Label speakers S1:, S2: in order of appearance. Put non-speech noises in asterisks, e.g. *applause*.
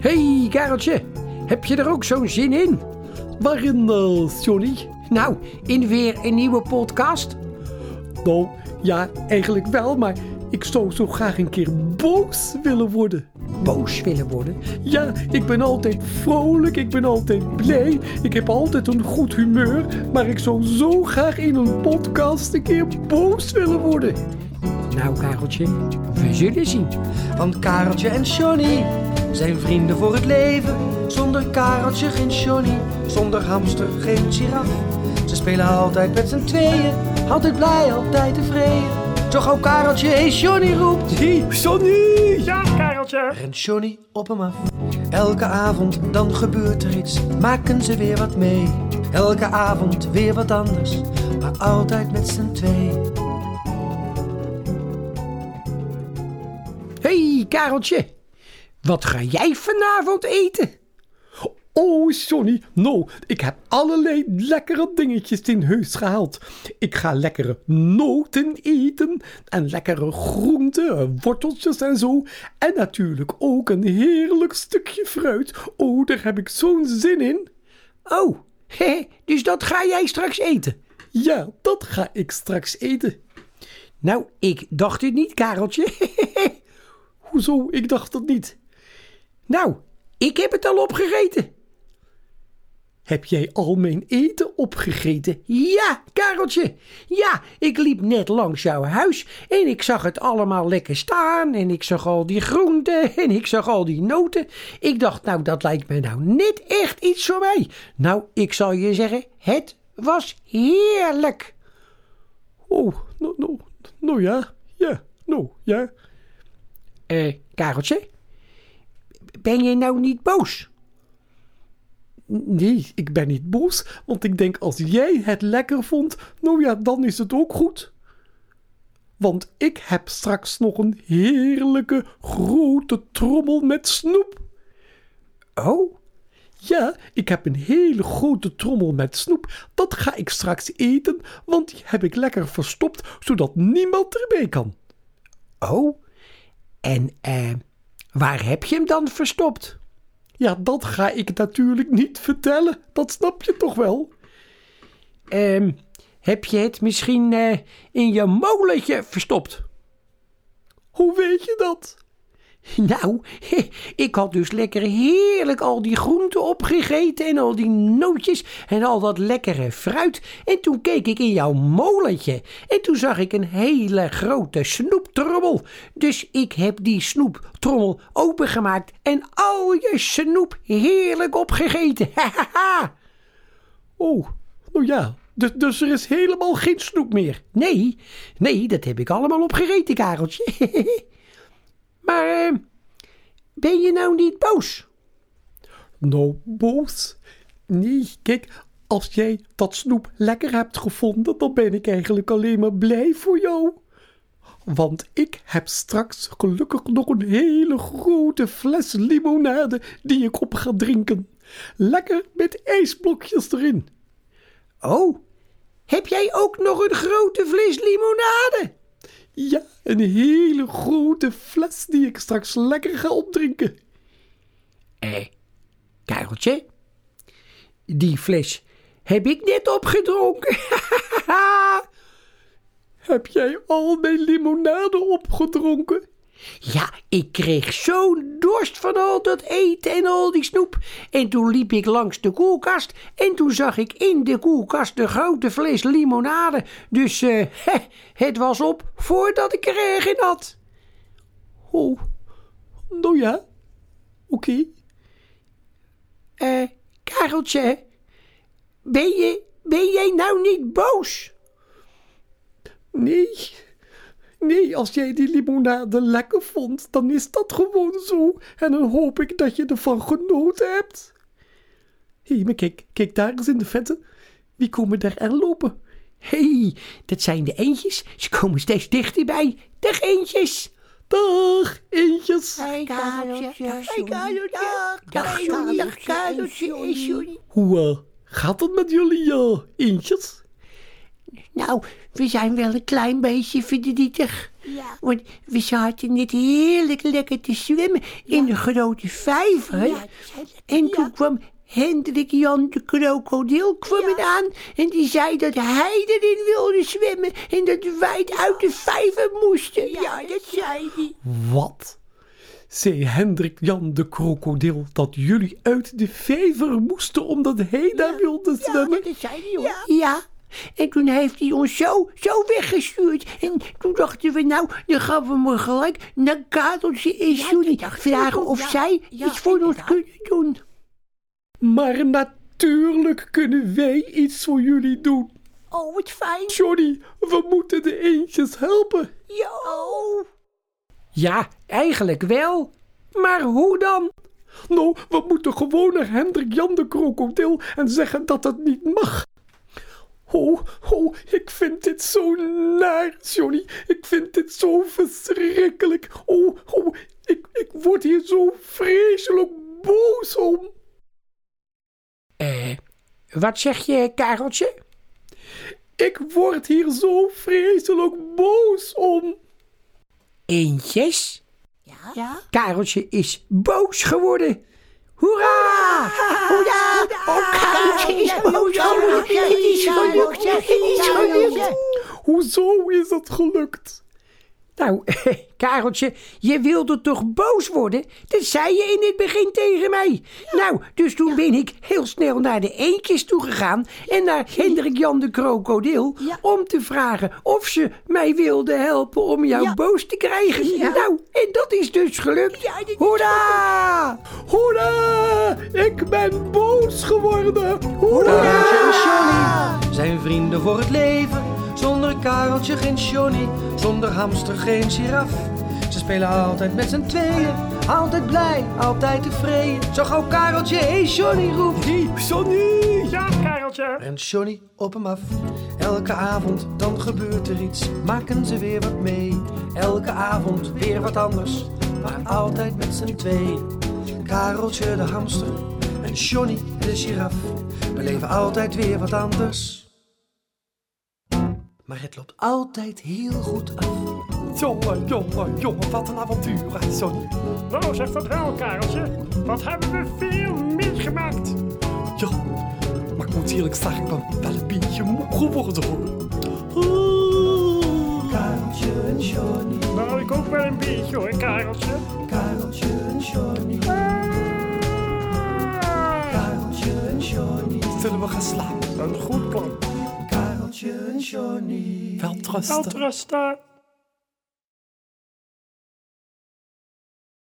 S1: Hey, Kareltje. Heb je er ook zo'n zin in?
S2: Waarin, eh, Johnny?
S1: Nou, in weer een nieuwe podcast?
S2: Nou, ja, eigenlijk wel, maar ik zou zo graag een keer boos willen worden.
S1: Boos willen worden?
S2: Ja, ik ben altijd vrolijk, ik ben altijd blij, ik heb altijd een goed humeur, maar ik zou zo graag in een podcast een keer boos willen worden.
S1: Nou, Kareltje, we zullen zien.
S3: Want Kareltje en Johnny zijn vrienden voor het leven. Zonder Kareltje geen Johnny, zonder hamster geen giraf. Ze spelen altijd met z'n tweeën, altijd blij, altijd tevreden. Toch ook Kareltje, hey Johnny roept.
S2: Hé, Johnny! Ja.
S3: Rent Johnny op hem af. Elke avond dan gebeurt er iets, maken ze weer wat mee. Elke avond weer wat anders, maar altijd met z'n twee.
S1: Hey, Kareltje. Wat ga jij vanavond eten? *laughs*
S2: Oh, Johnny, nou, ik heb allerlei lekkere dingetjes in huis gehaald. Ik ga lekkere noten eten en lekkere groenten, worteltjes en zo. En natuurlijk ook een heerlijk stukje fruit. Oh, daar heb ik zo'n zin in.
S1: Oh, hè, dus dat ga jij straks eten?
S2: Ja, dat ga ik straks eten.
S1: Nou, ik dacht het niet, Kareltje.
S2: Hoezo? Ik dacht dat niet.
S1: *laughs* nou, ik heb het al opgegeten.
S2: Heb jij al mijn eten opgegeten?
S1: Ja, Kareltje. Ja, ik liep net langs jouw huis en ik zag het allemaal lekker staan. En ik zag al die groenten *laughs* en ik zag al die noten. Ik dacht, nou, dat lijkt me nou net echt iets voor mij. Nou, ik zal je zeggen, het was heerlijk.
S2: Oh, nou, nou, nou ja, ja, nou ja.
S1: Eh, Kareltje, ben je nou niet boos?
S2: Nee, ik ben niet boos, want ik denk als jij het lekker vond, nou ja, dan is het ook goed. Want ik heb straks nog een heerlijke grote trommel met snoep.
S1: Oh,
S2: Ja, ik heb een hele grote trommel met snoep. Dat ga ik straks eten, want die heb ik lekker verstopt, zodat niemand erbij kan.
S1: oh. En eh, waar heb je hem dan verstopt?
S2: Ja, dat ga ik natuurlijk niet vertellen. Dat snap je toch wel?
S1: Ehm, heb je het misschien eh, in je molentje verstopt?
S2: Hoe weet je
S1: *laughs*
S2: dat?
S1: Nou, ik had dus lekker heerlijk al die groenten opgegeten en al die nootjes en al dat lekkere fruit. En toen keek ik in jouw molentje en toen zag ik een hele grote snoeptrommel. Dus ik heb die snoeptrommel opengemaakt en al je snoep heerlijk opgegeten. *laughs* Hahaha.
S2: Oh, nou ja. Dus, dus er is helemaal geen snoep meer.
S1: Nee, nee, dat heb ik allemaal opgereten, Kareltje. *laughs* maar eh, ben je nou niet boos?
S2: Nou, boos. Nee, kijk, als jij dat snoep lekker hebt gevonden, dan ben ik eigenlijk alleen maar blij voor jou. Want ik heb straks gelukkig nog een hele grote fles limonade die ik op ga drinken. Lekker met ijsblokjes erin.
S1: Oh, heb jij ook nog een grote fles limonade?
S2: Ja, een hele grote fles die ik straks lekker ga opdrinken.
S1: Eh, Kareltje, die fles heb ik net opgedronken. *laughs*
S2: Heb jij al mijn limonade opgedronken?
S1: ja, ik kreeg zo'n dorst van al dat eten en al die snoep. En toen liep ik langs de koelkast en toen zag ik in de koelkast de grote fles limonade. Dus eh, *laughs* hè, het was op voordat ik er erg in had.
S2: Oh, nou ja, oké.
S1: Eh, Kareltje, ben, je, ben jij nou niet boos?
S2: Nee. Nee, als jij die limonade lekker vond, dan is dat gewoon zo. En dan hoop ik dat je ervan genoten hebt. Hé, maar kijk, kijk daar eens in de vette. Wie komen daar aan lopen?
S1: Hé, hey, dat zijn de eendjes. Ze komen steeds dichterbij. Dag eendjes.
S2: Dag, eentjes.
S4: Hey, Kareltje. Hey,
S1: Dag Johnny. Dag Kareltje en Johnny.
S2: Hoe eh, gaat het met jullie, eh, eentjes?
S1: Nou, we zijn wel een klein beetje verdrietig.
S4: Ja.
S1: Want we zaten net heerlijk lekker te zwemmen in de grote vijver.
S4: Ja, het is heel lekker,
S1: en
S4: ja.
S1: toen kwam Hendrik Jan de krokodil kwam
S4: Ja.
S1: eraan. En die zei dat hij erin wilde zwemmen. En dat wij het uit de vijver moesten. Ja, dat zei hij.
S2: Wat? Zei Hendrik Jan de krokodil dat jullie uit de vijver moesten omdat hij daar wilde zwemmen?
S1: dat zei hij, hoor. Ja. En toen heeft hij ons zo, zo weggestuurd. En toen dachten we, nou, dan gaan we maar gelijk naar Kareltje en Johnny vragen of zij iets voor ons kunnen doen.
S2: Maar natuurlijk kunnen wij iets voor jullie doen.
S1: Oh, wat fijn.
S2: Johnny, we moeten de eentjes helpen.
S1: Jo. Ja, eigenlijk wel. Maar hoe dan?
S2: Nou, we moeten gewoon naar Hendrik Jan de krokodil en zeggen dat dat niet mag. Oh, oh, ik vind dit zo naar, Johnny. Ik vind dit zo verschrikkelijk. Oh, oh, ik, ik word hier zo vreselijk boos om.
S1: Eh, wat zeg je, Kareltje?
S2: Ik word hier zo vreselijk boos om.
S1: Eentjes? Ja. Kareltje is boos geworden. Hoera! Hoera! Oh, Kareltje is boos geworden. Het is gelukt. Het is gelukt.
S2: Hoezo is dat gelukt?
S1: Nou, *laughs* Kareltje, je wilde toch boos worden? Dat zei je in het begin tegen mij. Nou, dus toen ben ik heel snel naar de eentjes toegegaan en naar Hendrik Jan de Krokodil
S4: Ja.
S1: om te vragen of ze mij wilden helpen om jou
S4: Ja.
S1: boos te krijgen. Nou, en dat is dus gelukt.
S4: Ja, dit is
S1: Hoera!
S2: Hoera! Ik ben boos geworden. Hoera!
S3: Kareltje en Johnny zijn vrienden voor het leven. Zonder Kareltje geen Johnny, zonder hamster geen giraf. Ze spelen altijd met z'n tweeën, altijd blij, altijd tevreden. Zo gauw Kareltje, hey Johnny roept.
S2: Johnny!
S3: Rent Johnny op hem af. Elke avond dan gebeurt er iets, maken ze weer wat mee. Elke avond weer wat anders, maar altijd met z'n tweeën. Kareltje de hamster en Johnny de giraf. Beleven altijd weer wat anders. Maar het loopt altijd heel goed af.
S2: Jongen, jongen, jongen, wat een avontuur, hè, Johnny.
S5: Nou, zeg dat wel, Kareltje. Wat hebben we veel meegemaakt.
S2: Ja, maar ik moet eerlijk zeggen, ik ben wel een beetje moe geworden, hoor. Ah.
S3: Kareltje en Johnny,
S5: Nou, ik ook wel een beetje hoor, Kareltje.
S3: Kareltje en Johnny,
S5: Ah,
S3: Kareltje en Johnny,
S2: Zullen we gaan slapen?
S5: Een goed plan.
S3: Kareltje en Johnny.
S2: Wel
S5: Altrasta.